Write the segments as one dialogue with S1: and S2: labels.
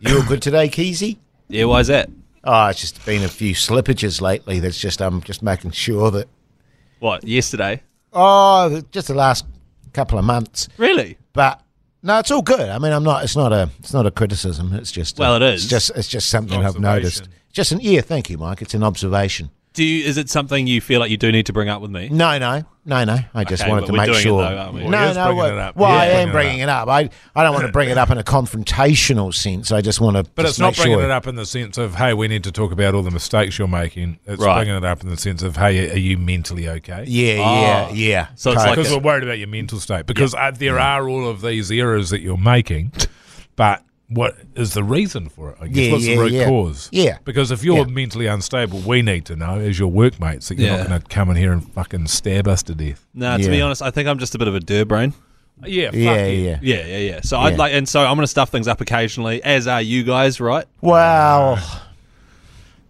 S1: You all good today, Keezy?
S2: Yeah, why is that?
S1: Oh, it's just been a few slippages lately. That's just I'm just making sure that
S2: What, yesterday?
S1: oh, the- just the last couple of months.
S2: Really?
S1: But no, it's all good. I mean, I'm not. It's not a. It's not a criticism. It's just. a-
S2: Well, it is.
S1: It's just. It's just something I've
S3: observation.
S1: noticed. Just an yeah. Thank you, Mike. It's an observation.
S2: Do you, is it something you feel like you do need to bring up with me?
S1: No, no, no, no. I just
S2: Okay,
S1: wanted
S2: but
S1: to
S2: we're
S1: make
S2: doing it
S1: sure.
S2: though, aren't we?
S3: Well,
S1: no,
S3: he is
S1: no.
S3: bringing
S1: Well,
S3: it up.
S1: well,
S3: He is
S1: I
S3: bringing
S1: am
S3: it
S1: bringing it up. I I don't want to bring it up in a confrontational sense. I just want to.
S3: But it's not bringing it up in the sense of, hey, we need to talk about all the mistakes you're making. It's
S2: Right.
S3: bringing it up in the sense of, hey, are you mentally okay?
S1: Yeah, yeah,
S3: Ah,
S2: Oh.
S1: yeah.
S2: So it's like
S3: Because
S2: a-
S3: we're worried about your mental state. Because uh, there are all of these errors that you're making, but what is the reason for it? I guess
S1: Yeah,
S3: what's
S1: yeah,
S3: the root
S1: yeah.
S3: cause?
S1: Yeah.
S3: Because if you're
S1: Yeah.
S3: mentally unstable, we need to know as your workmates that you're
S2: Yeah.
S3: not going to come in here and fucking stab us to death.
S2: No, to be
S1: Yeah.
S2: honest, I think I'm just a bit of a dir brain.
S3: Yeah, fuck
S1: yeah,
S3: you.
S1: yeah.
S2: Yeah, yeah, yeah. So I'd like, and so I'm going to stuff things up occasionally, as are you guys, right?
S1: Well,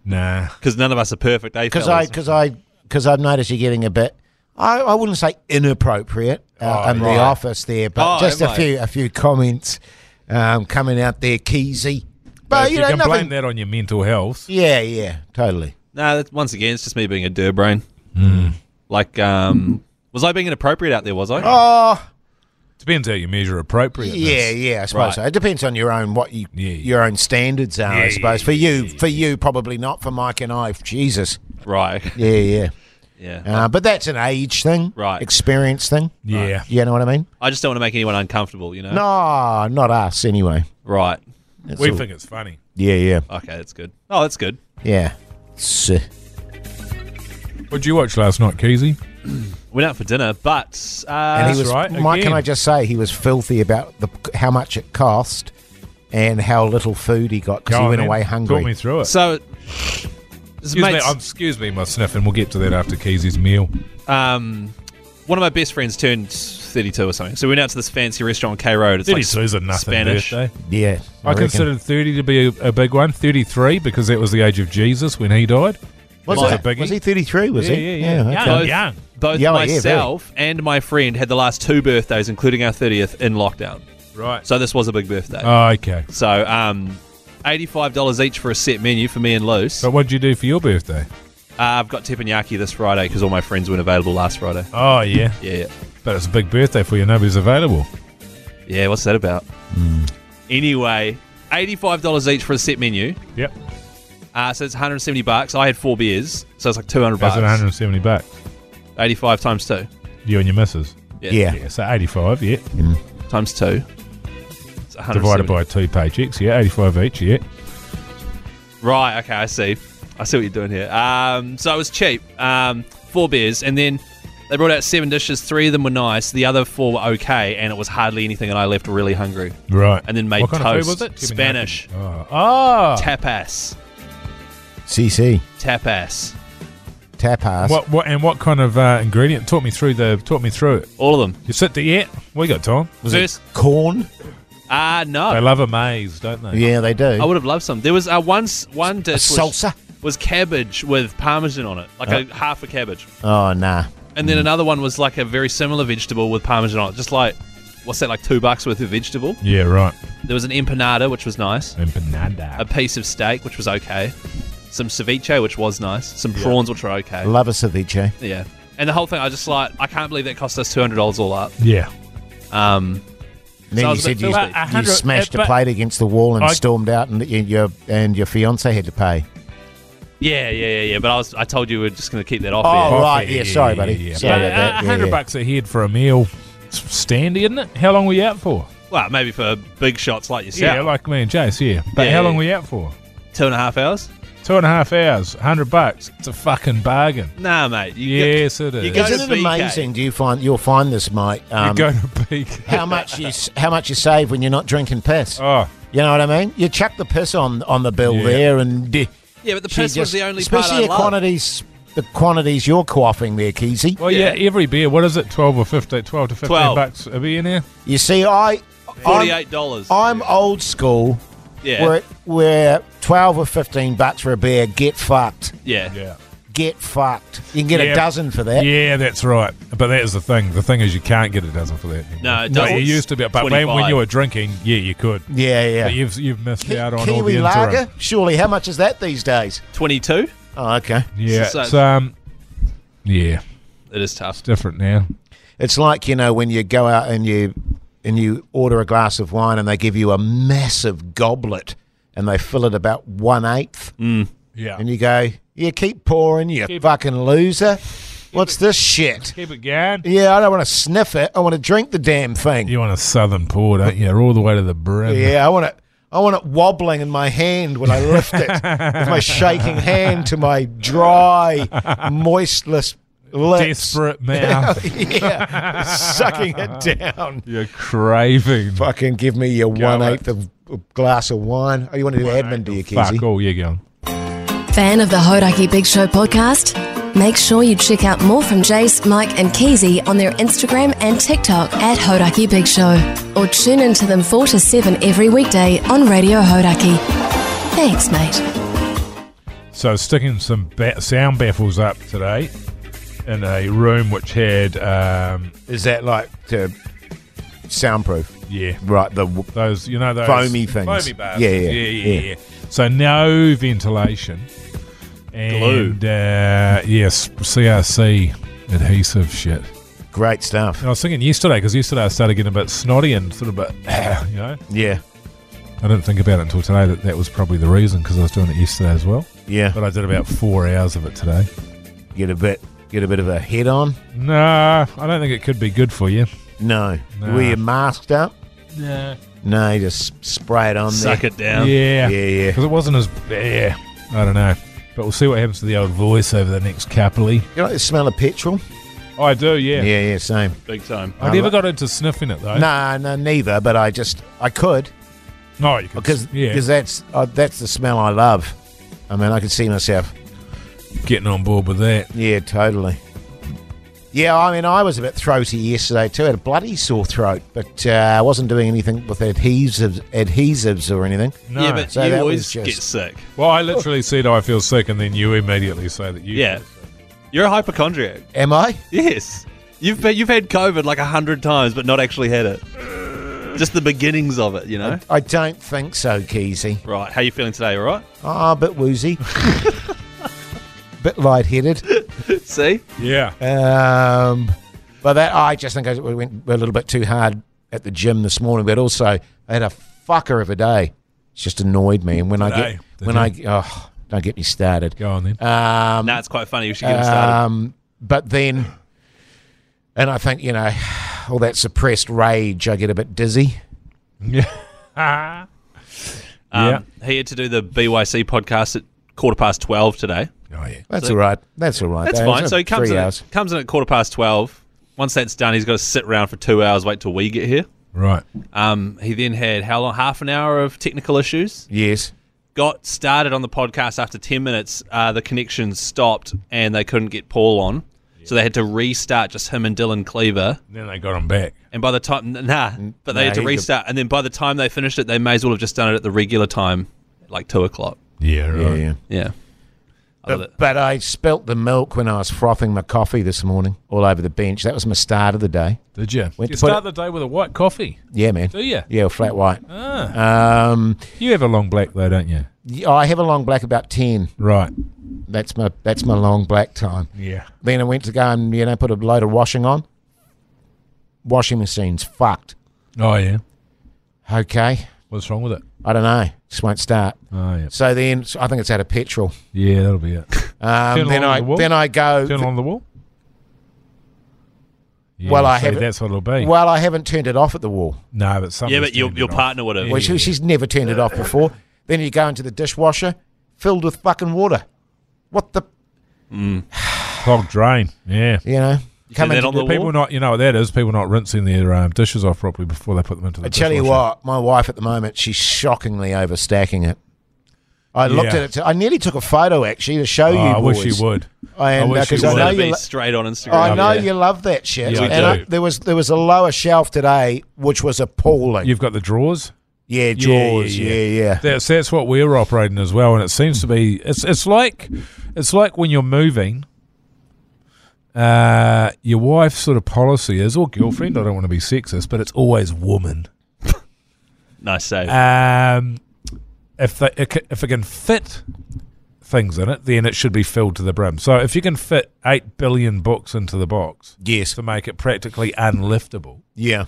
S3: Nah.
S2: Because none of us are perfect, eh?
S1: because I
S2: fellas?
S1: because I because I've noticed you're getting a bit. I, I wouldn't say inappropriate uh,
S3: Oh,
S1: in
S3: right.
S1: the office there, but
S2: Oh,
S1: just a
S2: mate.
S1: few a few comments um, coming out there, Keezy.
S3: But
S1: But
S3: if
S1: Uh, you
S3: you,
S1: know
S3: can
S1: nothing.
S3: blame that on your mental health,
S1: Yeah, yeah, totally.
S2: No, that's, once again, it's just me being a dir brain.
S1: Hmm.
S2: Like, um, was I being inappropriate out there? Was I?
S1: Oh,
S3: depends how you measure appropriateness.
S1: yeah, yeah. I suppose
S2: Right.
S1: so. It depends on your own what you
S3: Yeah, yeah.
S1: your own standards are.
S3: Yeah,
S1: I suppose
S3: yeah,
S1: for you, for you, probably not. For Mike and I, Jesus.
S2: Right.
S1: Yeah, yeah.
S2: Yeah.
S1: Uh, but that's an age thing,
S2: Right.
S1: Experience thing.
S3: Yeah.
S1: You know what I mean?
S2: I just don't want to make anyone uncomfortable, you know?
S1: No, not us anyway.
S2: Right.
S1: That's
S3: We
S1: all.
S3: think it's funny.
S1: Yeah, yeah,
S2: Okay, that's good. Oh, that's good.
S1: yeah. So,
S3: What'd you watch last night, Keezy?
S2: Went out for dinner, but. Uh,
S1: and he
S3: that's
S1: was.
S3: right,
S1: Mike,
S3: again.
S1: can I just say he was filthy about the how much it cost and how little food he got because
S3: Go
S1: he
S3: on
S1: went
S3: then.
S1: away
S3: Talk me
S1: hungry.
S3: through it.
S2: So, this
S3: excuse, me,
S2: mate's-
S3: um, excuse me, my sniff, and we'll get to that after Keezy's meal.
S2: um, one of my best friends turned 32 or something. So we went out to this fancy restaurant on K Road. It's like
S3: 32 is a nothing
S2: Spanish.
S3: birthday.
S1: Yeah,
S3: I,
S1: reckon.
S3: considered 30 to be a, a big one. 33 because that was the age of Jesus when he died.
S1: was,
S3: Mike's
S1: it-
S3: a biggie.
S1: was he thirty three? Was
S3: Yeah,
S1: he?
S3: yeah, yeah.
S1: okay.
S3: Young,
S2: Both,
S3: young.
S2: both
S1: Yeah, yeah, very.
S2: myself and my friend had the last two birthdays, including our 30th, in lockdown.
S3: Right.
S2: So this was a big birthday.
S3: oh, okay.
S2: so um, $85 each for a set menu for me and Luce.
S3: But
S2: Uh,
S3: what'd you do for your birthday?
S2: I've got teppanyaki this Friday because all my friends weren't available last Friday.
S3: Oh, yeah.
S2: Yeah, yeah.
S3: But it's a big birthday for you. Nobody's available.
S2: Yeah, what's that about?
S3: Hmm.
S2: Anyway, $85 each for a set menu.
S3: Yep.
S2: Uh, so it's 170 bucks. I had four beers, so it's like 200
S3: That's
S2: bucks.
S3: 170 bucks.
S2: 85 times two.
S3: You and your missus.
S1: Yeah.
S3: Yeah, so 85, yeah.
S2: Times two. It's 170.
S3: Divided by two paychecks, yeah. 85 each, yeah.
S2: Right, okay, I see. I see what you're doing here. Um, so it was cheap. Um, four beers, and then they brought out seven dishes. Three of them were nice, the other four were okay, and it was hardly anything, and I left really hungry.
S3: Right.
S2: And then made
S3: what kind
S2: toast.
S3: Of food was it?
S2: Spanish.
S3: Oh. Oh.
S2: Tapas.
S1: CC
S2: Tapas.
S1: tapas.
S3: What, what and what kind of uh, ingredient? Talk me through the. Talk me through it.
S2: All of them.
S3: You sit there yet? We got time.
S1: was
S2: First-
S1: it? Corn.
S2: Ah,
S3: They
S2: no.
S3: love a maze, don't they?
S1: Yeah, they do.
S2: I would have loved some. There was uh, one, s- one dish was-
S1: salsa?
S2: was cabbage with parmesan on it, like a half a cabbage.
S1: oh nah.
S2: And then another one was like a very similar vegetable with parmesan on it, just like, what's that, like two bucks worth of vegetable?
S3: Yeah, right.
S2: There was an empanada, which was nice. a
S3: Empanada.
S2: piece of steak, which was okay, some ceviche, which was nice, some prawns, which were okay.
S1: Love a ceviche.
S2: yeah. And the whole thing, I just like, I can't believe that cost us $200 all up.
S3: Yeah.
S2: Um,
S1: And then
S2: So I
S1: you
S2: was a bit
S1: said you,
S2: filthy.
S3: But a
S1: you
S3: hundred-
S1: smashed
S3: but-
S1: a plate against the wall and
S3: I-
S1: stormed out, and your, your and your fiance had to pay.
S2: yeah, yeah, yeah, yeah. But I was, I told you we are just going to keep that off
S1: Oh,
S2: air.
S1: right. Yeah, sorry, buddy.
S3: Yeah,
S1: Sorry
S3: But,
S1: about that.
S3: uh,
S1: Yeah,
S3: 100
S1: yeah.
S3: bucks a head for a meal. It's Standy, isn't it? How long were you out for?
S2: Well, maybe for big shots like yourself.
S3: Yeah, like me and Jace, yeah. But
S2: Yeah,
S3: how
S2: yeah,
S3: long
S2: yeah.
S3: were you out for?
S2: Two and a half hours?
S3: Two and a half hours, 100 bucks. It's a fucking bargain.
S2: Nah, mate. You
S3: Yes, it
S2: you
S3: is.
S2: go
S1: Isn't
S2: to
S1: it
S2: BK.
S1: amazing? Do you find you'll find this, mate?
S3: You
S1: Um,
S3: go to big.
S1: how much you s- how much you save when you're not drinking piss?
S3: Oh,
S1: You know what I mean? You chuck the piss on on the bill
S3: Yeah.
S1: there, and d-
S2: Yeah, but the
S1: she
S2: piss was
S1: just-
S2: the only part
S1: especially the
S2: I loved.
S1: quantities the quantities you're quaffing there, Keezy.
S3: well, yeah.
S2: Yeah.
S3: every beer. What is it? 12 or 15? 12 to 15
S2: 12.
S3: bucks a beer now?
S1: You see, I I'm,
S2: Forty-eight dollars.
S1: I'm old school.
S2: Yeah,
S1: Where where twelve or fifteen bucks for a beer, get fucked,
S2: yeah,
S3: Yeah.
S1: get fucked. You can get
S3: Yeah.
S1: a dozen for that.
S3: Yeah, that's right. But but that is the thing. The thing is, you can't get a dozen for that. Anymore.
S2: No, it
S3: Well,
S2: doesn't.
S3: you used to be, but when, when
S2: 25.
S3: you were drinking, yeah, you could.
S1: Yeah, yeah.
S3: But you've you've missed out on all the
S1: Kiwi
S3: interim.
S1: lager? Surely, how much is that these days?
S2: 22?
S1: Oh, okay.
S3: Yeah,
S2: So-
S3: it's, um, yeah,
S2: It is tough.
S3: different now.
S1: It's like you know when you go out and you and you order a glass of wine and they give you a massive goblet and they fill it about one eighth
S3: Yeah,
S1: and you go, you keep pouring, you
S3: Mm. Keep it-
S1: fucking loser. What's this shit?
S3: keep it going.
S1: Yeah, I don't want to sniff it. I want to drink the damn thing.
S3: You want a southern port, don't you? All the way to the brim.
S1: Yeah, I want it. I want it wobbling in my hand when I lift it with my shaking hand to my dry, moistless lips.
S3: Desperate mouth.
S1: yeah, sucking it down.
S3: You're craving.
S1: Fucking give me your
S3: Go
S1: one eighth of a glass of wine. Oh, you want to do admin, do you, Kizzy?
S3: Fuck all you going.
S4: Fan of the Hodaki Big Show podcast? Make sure you check out more from Jace, Mike, and Keezy on their Instagram and TikTok at Hodaki Big Show. Or tune in to them 4 to 7 every weekday on Radio Hodaki. Thanks, mate.
S3: So sticking some ba- sound baffles up today in a room which had um,
S1: Is that like to soundproof?
S3: yeah
S1: Right, the w-
S3: those you know those
S1: Foamy things.
S3: foamy bars.
S1: Yeah,
S3: yeah,
S1: yeah,
S3: yeah,
S1: yeah.
S3: yeah. So no ventilation. And, Uh, yes, CRC adhesive shit.
S1: great stuff.
S3: And I was thinking yesterday because yesterday I started getting a bit snotty and sort of a bit, you know.
S1: Yeah,
S3: I didn't think about it until today that that was probably the reason because I was doing it yesterday as well.
S1: yeah.
S3: But I did about four hours of it today.
S1: Get a bit, get a bit of a head on.
S3: Nah, I don't think it could be good for you.
S1: No,
S3: Nah.
S1: were you masked up?
S3: Yeah.
S1: No, you just s- spray it on
S2: Suck
S1: there.
S2: it down.
S3: Yeah.
S1: Yeah, yeah.
S3: Because it wasn't as. Yeah. I don't know. But we'll see what happens to the old voice over the next couple of.
S1: You like the smell of petrol?
S3: I do, yeah.
S1: Yeah, yeah, same.
S2: Big time.
S3: I never got into sniffing it though.
S1: Nah, no, neither. But I just, I could
S3: No, Oh, you could,
S1: because
S3: yeah,
S1: because that's uh, that's the smell I love. I mean, I could see myself.
S3: getting on board with that.
S1: Yeah, totally. Yeah, I mean, I was a bit throaty yesterday too. had a bloody sore throat, but uh, I wasn't doing anything with adhesives, adhesives or anything.
S3: No.
S2: Yeah, but
S1: So
S2: you
S1: that
S2: always
S1: was just-
S2: get sick.
S3: well, I literally said "Oh, I feel sick, and then you immediately say that you.
S2: Yeah. You're a hypochondriac.
S1: Am I?
S2: Yes. You've been, you've had COVID like a hundred times, but not actually had it. Just the beginnings of it, you know.
S1: I don't think so, Keezy.
S2: Right. How you feeling today? All right.
S1: Ah, a bit woozy, bit lightheaded.
S2: See.
S3: Yeah.
S1: Um, but that I just think I went a little bit too hard at the gym this morning. But also, I had a fucker of a day. It's just annoyed me. And when I
S3: Today,
S1: get
S3: the
S1: when I oh, don't get me started.
S3: Go on then.
S1: Um,
S2: Now it's quite funny. We should get him started.
S1: um, but then, and I think you know, all that suppressed rage, I get a bit dizzy.
S3: Yeah.
S2: Um, He had to do the BYC podcast at quarter past twelve today.
S3: Oh yeah.
S1: That's all right. That's all right.
S2: That's
S1: though.
S2: fine.
S1: It's
S2: So he comes
S1: three
S2: in,
S1: hours.
S2: at, comes in at quarter past twelve. Once that's done, he's got to sit around for two hours, wait till we get here.
S3: Right.
S2: Um, he then had how long? Half an hour of technical issues.
S1: Yes.
S2: Got started on the podcast after ten minutes. Uh, the connection stopped, and they couldn't get Paul on, so they had to restart just him and Dylan Cleaver.
S3: Then they got him back.
S2: And by the time, nah, but they
S1: nah,
S2: had to
S1: he could-
S2: restart. And then by the time they finished it, they may as well have just done it at the regular time, like two o'clock.
S3: Yeah. Right.
S1: Yeah. yeah.
S2: Yeah. I love it.
S1: But, but I spilt the milk when I was frothing my coffee this morning all over the bench. That was my start of the day.
S3: Did you?
S1: Went
S3: you
S1: to put
S3: start the day with a white coffee.
S1: Yeah, man.
S3: Do you?
S1: Yeah, flat white.
S2: Oh.
S3: Ah.
S1: Um,
S3: You have a long black though, don't you?
S1: y- I have a long black about ten.
S3: Right.
S1: That's my that's my long black time.
S3: Yeah.
S1: Then I went to go and you know put a load of washing on. Washing machine's fucked.
S3: Oh yeah.
S1: Okay,
S3: What's wrong with it?
S1: I don't know. Just won't start.
S3: Oh yeah.
S1: So then so I think it's out of petrol.
S3: Yeah, that'll be it.
S1: Um,
S3: Turn
S1: then
S3: along
S1: I
S3: the wall.
S1: then I go.
S3: Turn on the wall. Yeah,
S1: Well, I
S3: see,
S1: haven't-
S3: That's what it'll be.
S1: well, I haven't turned it off at the wall.
S3: no, but something.
S2: yeah, but your, your partner would have.
S1: Well, she, she's never turned it off before. Then you go into the dishwasher, filled with fucking water. What the
S3: clogged drain. Yeah.
S1: you know? Come
S2: that
S1: into
S2: on the
S3: People
S2: Wall?
S3: not, you know what that is. People not rinsing their um, dishes off properly before they put them into the.
S1: I tell you
S3: dishwasher.
S1: what, my wife at the moment, she's shockingly overstacking it. I looked
S3: Yeah.
S1: at it. I nearly took a photo actually to show
S3: Oh,
S1: you.
S3: I wish
S1: boys.
S3: you would.
S1: And,
S3: I wish
S1: uh, 'cause
S3: you
S1: I
S2: Instead
S1: know
S2: of
S1: you.
S2: being
S1: lo-
S2: straight on Instagram.
S1: I know
S2: Yeah.
S1: you love that shit.
S3: Yeah, I
S1: and
S3: do.
S1: there was there was a lower shelf today which was appalling.
S3: You've got the drawers.
S1: yeah, Jaws. Yeah,
S3: yeah.
S1: yeah.
S3: That's that's what we're operating as well, and it seems to be. It's it's like it's like when you're moving, uh, your wife's sort of policy is, or girlfriend, I don't want to be sexist, but it's always woman.
S2: Nice save.
S3: Um, if they, it ca- if it can fit things in it, then it should be filled to the brim. So if you can fit eight billion books into the box
S1: Yes.
S3: to make it practically unliftable,
S1: Yeah.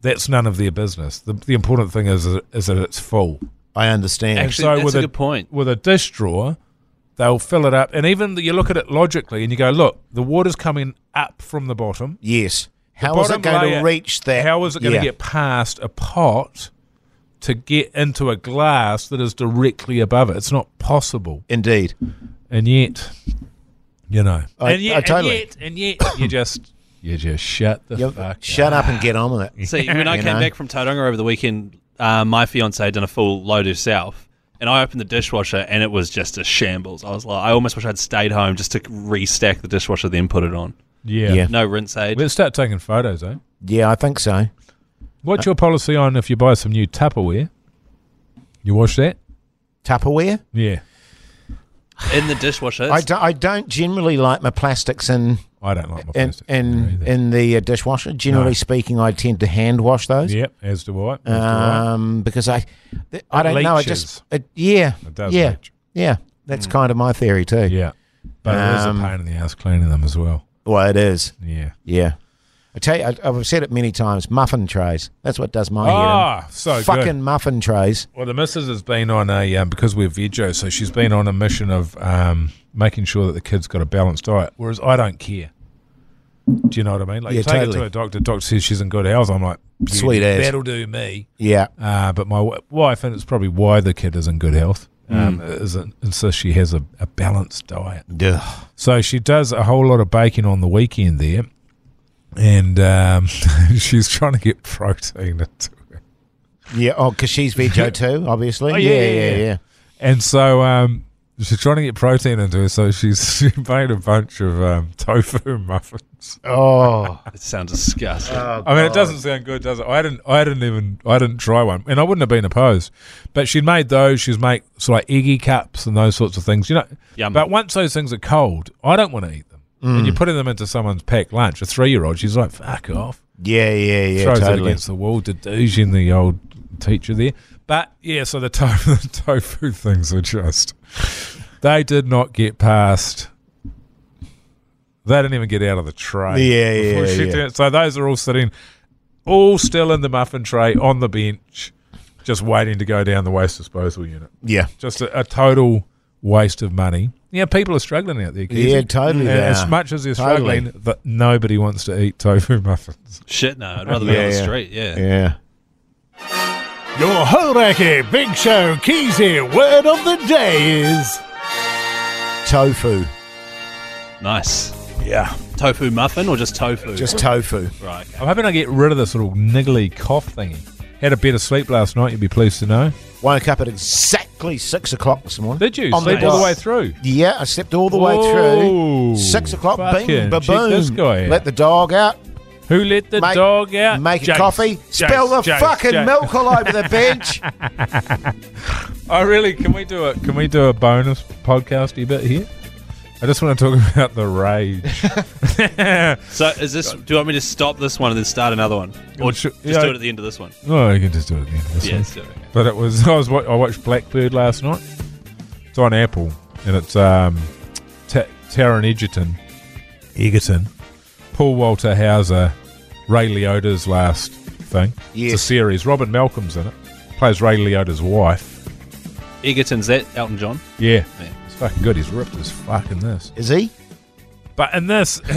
S3: that's none of their business. The, the important thing is is that it's full.
S1: I understand.
S2: Actually, that's a good point.
S3: With a dish drawer, they'll fill it up, and even you look at it logically, and you go, "Look, the water's coming up from the bottom.
S1: yes. How is it
S3: Bottom
S1: going
S3: layer,
S1: to reach that?
S3: How is it going
S1: Yeah.
S3: to get past a pot to get into a glass that is directly above it? It's not possible.
S1: Indeed.
S3: And yet, you know,
S1: I-
S3: and, yet,
S1: I totally-
S3: and yet, and yet, you just you just shut the
S1: Yeah,
S3: fuck
S1: shut up and get on with it.
S2: See, when I
S1: You
S2: came
S1: know?
S2: back from Tauranga over the weekend, uh, my fiance done a full load herself, and I opened the dishwasher, and it was just a shambles. I was like, I almost wish I'd stayed home just to restack the dishwasher, then put it on.
S3: Yeah.
S1: Yeah.
S2: No rinse aid.
S3: Let's start taking photos, eh?
S1: Yeah, I think so. Uh,
S3: What's your policy on if you buy some new Tupperware? You wash that?
S1: Tupperware.
S3: Yeah.
S2: in the dishwasher.
S1: I, do, I don't generally like my plastics in
S3: I don't like
S1: in
S3: my plastic there
S1: in,
S3: either.
S1: in the uh, dishwasher. Generally
S3: No.
S1: speaking, I tend to hand wash those.
S3: Yep, as do I. As do I.
S1: Um, because I, th- I don't know. I just,
S3: leaches.
S1: it, yeah,
S3: It does
S1: yeah,
S3: leach.
S1: yeah. That's kind of my theory too.
S3: Yeah. But it is
S1: Um,
S3: a pain in the ass cleaning them as well.
S1: Well, it is.
S3: Yeah.
S1: Yeah, I tell you, I, I've said it many times. Muffin trays. That's what does my head.
S3: Ah, so
S1: in. Fucking
S3: good.
S1: muffin trays.
S3: Well, the missus has been on a um, because we're vegos, so she's been on a mission of um, making sure that the kid's got a balanced diet. Whereas I don't care. Do you know what I mean? Like
S1: Yeah,
S3: you take it
S1: totally.
S3: to a doctor, doctor says she's in good health. I'm like, beauty,
S1: Sweet ass.
S3: that'll do me.
S1: Yeah,
S3: Uh, but my w- wife, and it's probably why the kid is in good health, um,
S1: Mm.
S3: is it insists she has a, a balanced diet.
S1: Ugh.
S3: So she does a whole lot of baking on the weekend there, and um, she's trying to get protein into it.
S1: yeah. Oh, because she's vego too, obviously.
S3: Oh, yeah,
S1: yeah,
S3: yeah,
S1: yeah,
S3: yeah. And so um, she's trying to get protein into her, so she's she made a bunch of um, tofu muffins.
S1: yeah. Oh,
S2: it sounds disgusting.
S3: I mean, it doesn't sound good, does it? I didn't, I didn't even, I didn't try one, and I wouldn't have been opposed. But she'd made those. She'd make sort of like eggy cups and those sorts of things, you know.
S2: Yum.
S3: But once those things are cold, I don't want to eat them. And you're putting them into someone's packed lunch. A three-year-old, she's like, "Fuck off."
S1: yeah, yeah, yeah.
S3: throws it
S1: totally.
S3: against the wall, dedusion the old teacher there. But yeah, so the, to- the tofu things are just they did not get past. They didn't even get out of the tray.
S1: Yeah, yeah,
S3: before she
S1: yeah.
S3: turned- So those are all sitting, all still in the muffin tray on the bench, just waiting to go down the waste disposal unit.
S1: Yeah,
S3: Just a, a total waste of money. Yeah, people are struggling out there. Keezy.
S1: yeah, totally.
S3: And
S1: they
S3: As
S1: are.
S3: much as they're
S1: Totally.
S3: struggling, that nobody wants to eat tofu muffins.
S2: Shit, no. I'd rather be
S1: Yeah,
S2: on the
S1: yeah.
S2: street. Yeah.
S1: yeah.
S5: Your Horaki Big Show Keezy word of the day is
S1: Tofu,
S2: Nice.
S3: Yeah.
S2: Tofu muffin or just tofu?
S1: just tofu.
S2: right. okay.
S3: I'm hoping I get rid of this little niggly cough thingy. Had a bit of sleep last night, you'd be pleased to know.
S1: Woke up at exactly six o'clock this morning.
S3: Did you?
S1: On
S3: sleep
S1: the
S3: all the
S1: dot.
S3: way through.
S1: Yeah, I slept all the way
S3: Whoa.
S1: through. Six o'clock, bing,
S3: Fucking
S1: ba
S3: check
S1: boom.
S3: this guy out.
S1: Let the dog out.
S3: Who let the
S1: make,
S3: dog out?
S1: Make
S3: Jace,
S1: a coffee.
S3: Jace,
S1: spill the
S3: Jace,
S1: fucking
S3: Jace.
S1: milk all over the bench.
S3: Oh really, can we do it? Can we do a bonus podcasty bit here? I just want to talk about the rage.
S2: So, is this? Do you want me to stop this one and then start another one, or
S3: Sure.
S2: just
S3: Yeah.
S2: do it at the end of this one?
S3: oh, you can just do it at the end of this
S2: Yeah,
S3: one.
S2: let's do it. okay.
S3: But it was I was wa- I watched Blackbird last night. It's on Apple, and it's um, Ta Taron Egerton, Egerton, Paul Walter Hauser, Ray Liotta's last thing. It's
S1: Yes.
S3: a series. Robin Malcolm's in it. Plays Ray Liotta's wife.
S2: Egerton's that Elton John.
S3: Yeah,
S2: Yeah.
S3: it's fucking good. He's ripped as fuck in this.
S1: Is he?
S3: But in this,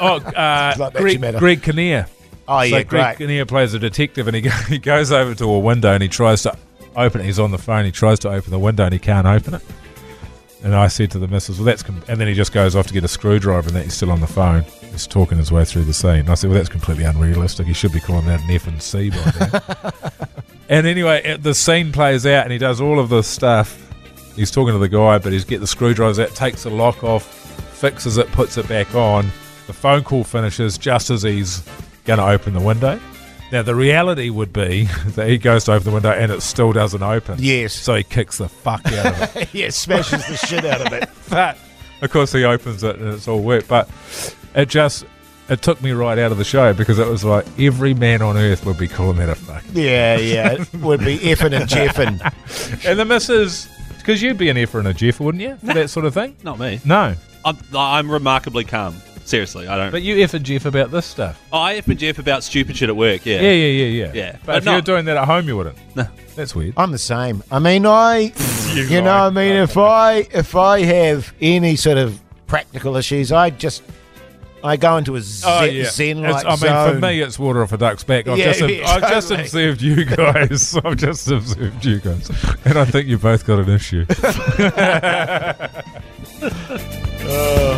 S3: oh, uh,
S1: It's like Matchy
S3: Greg,
S1: Matter.
S3: Greg Kinnear.
S1: Oh,
S3: so
S1: yeah,
S3: Greg
S1: great.
S3: Kinnear plays a detective, and he, go, he goes over to a window and he tries to open it. He's on the phone. He tries to open the window and he can't open it. And I said to the missus, "Well, that's," com-, and then he just goes off to get a screwdriver, and that he's still on the phone. He's talking his way through the scene. And I said, "Well, that's completely unrealistic. He should be calling that an F and C by now." and anyway, it, the scene plays out, and he does all of this stuff. He's talking to the guy, but he's get the screwdrivers out, takes the lock off, fixes it, puts it back on. The phone call finishes just as he's going to open the window. Now, the reality would be that he goes to open the window and it still doesn't open.
S1: Yes.
S3: So he kicks the fuck out of it
S1: yeah, smashes the shit out of it.
S3: that. Of course, he opens it and it's all wet. But It just it took me right out of the show because it was like every man on earth would be calling that a fuck.
S1: Yeah, yeah. It would be effing and jeffing.
S3: And the missus, because you'd be an effer and a Jeff, wouldn't you? For that sort of thing.
S2: Not me.
S3: No,
S2: I'm, I'm remarkably calm. Seriously, I don't.
S3: but you eff and Jeff about this stuff.
S2: oh, I have been Jeff about stupid shit at work. Yeah.
S3: Yeah, yeah, yeah, yeah.
S2: Yeah.
S3: But,
S2: But
S3: if you
S2: no.
S3: were doing that at home, you wouldn't.
S2: No.
S3: That's weird.
S1: I'm the same. I mean, I, you, know, I mean, if I if I have any sort of practical issues, I just I go into a zen,
S3: Oh, It's-
S1: zen-like
S3: I mean,
S1: zone.
S3: for me, it's water off a duck's back. I've,
S1: Oh, Yeah,
S3: just,
S1: yeah,
S3: I've just
S1: totally.
S3: observed you guys. I've just observed you guys. And I think you both got an issue.
S1: Oh.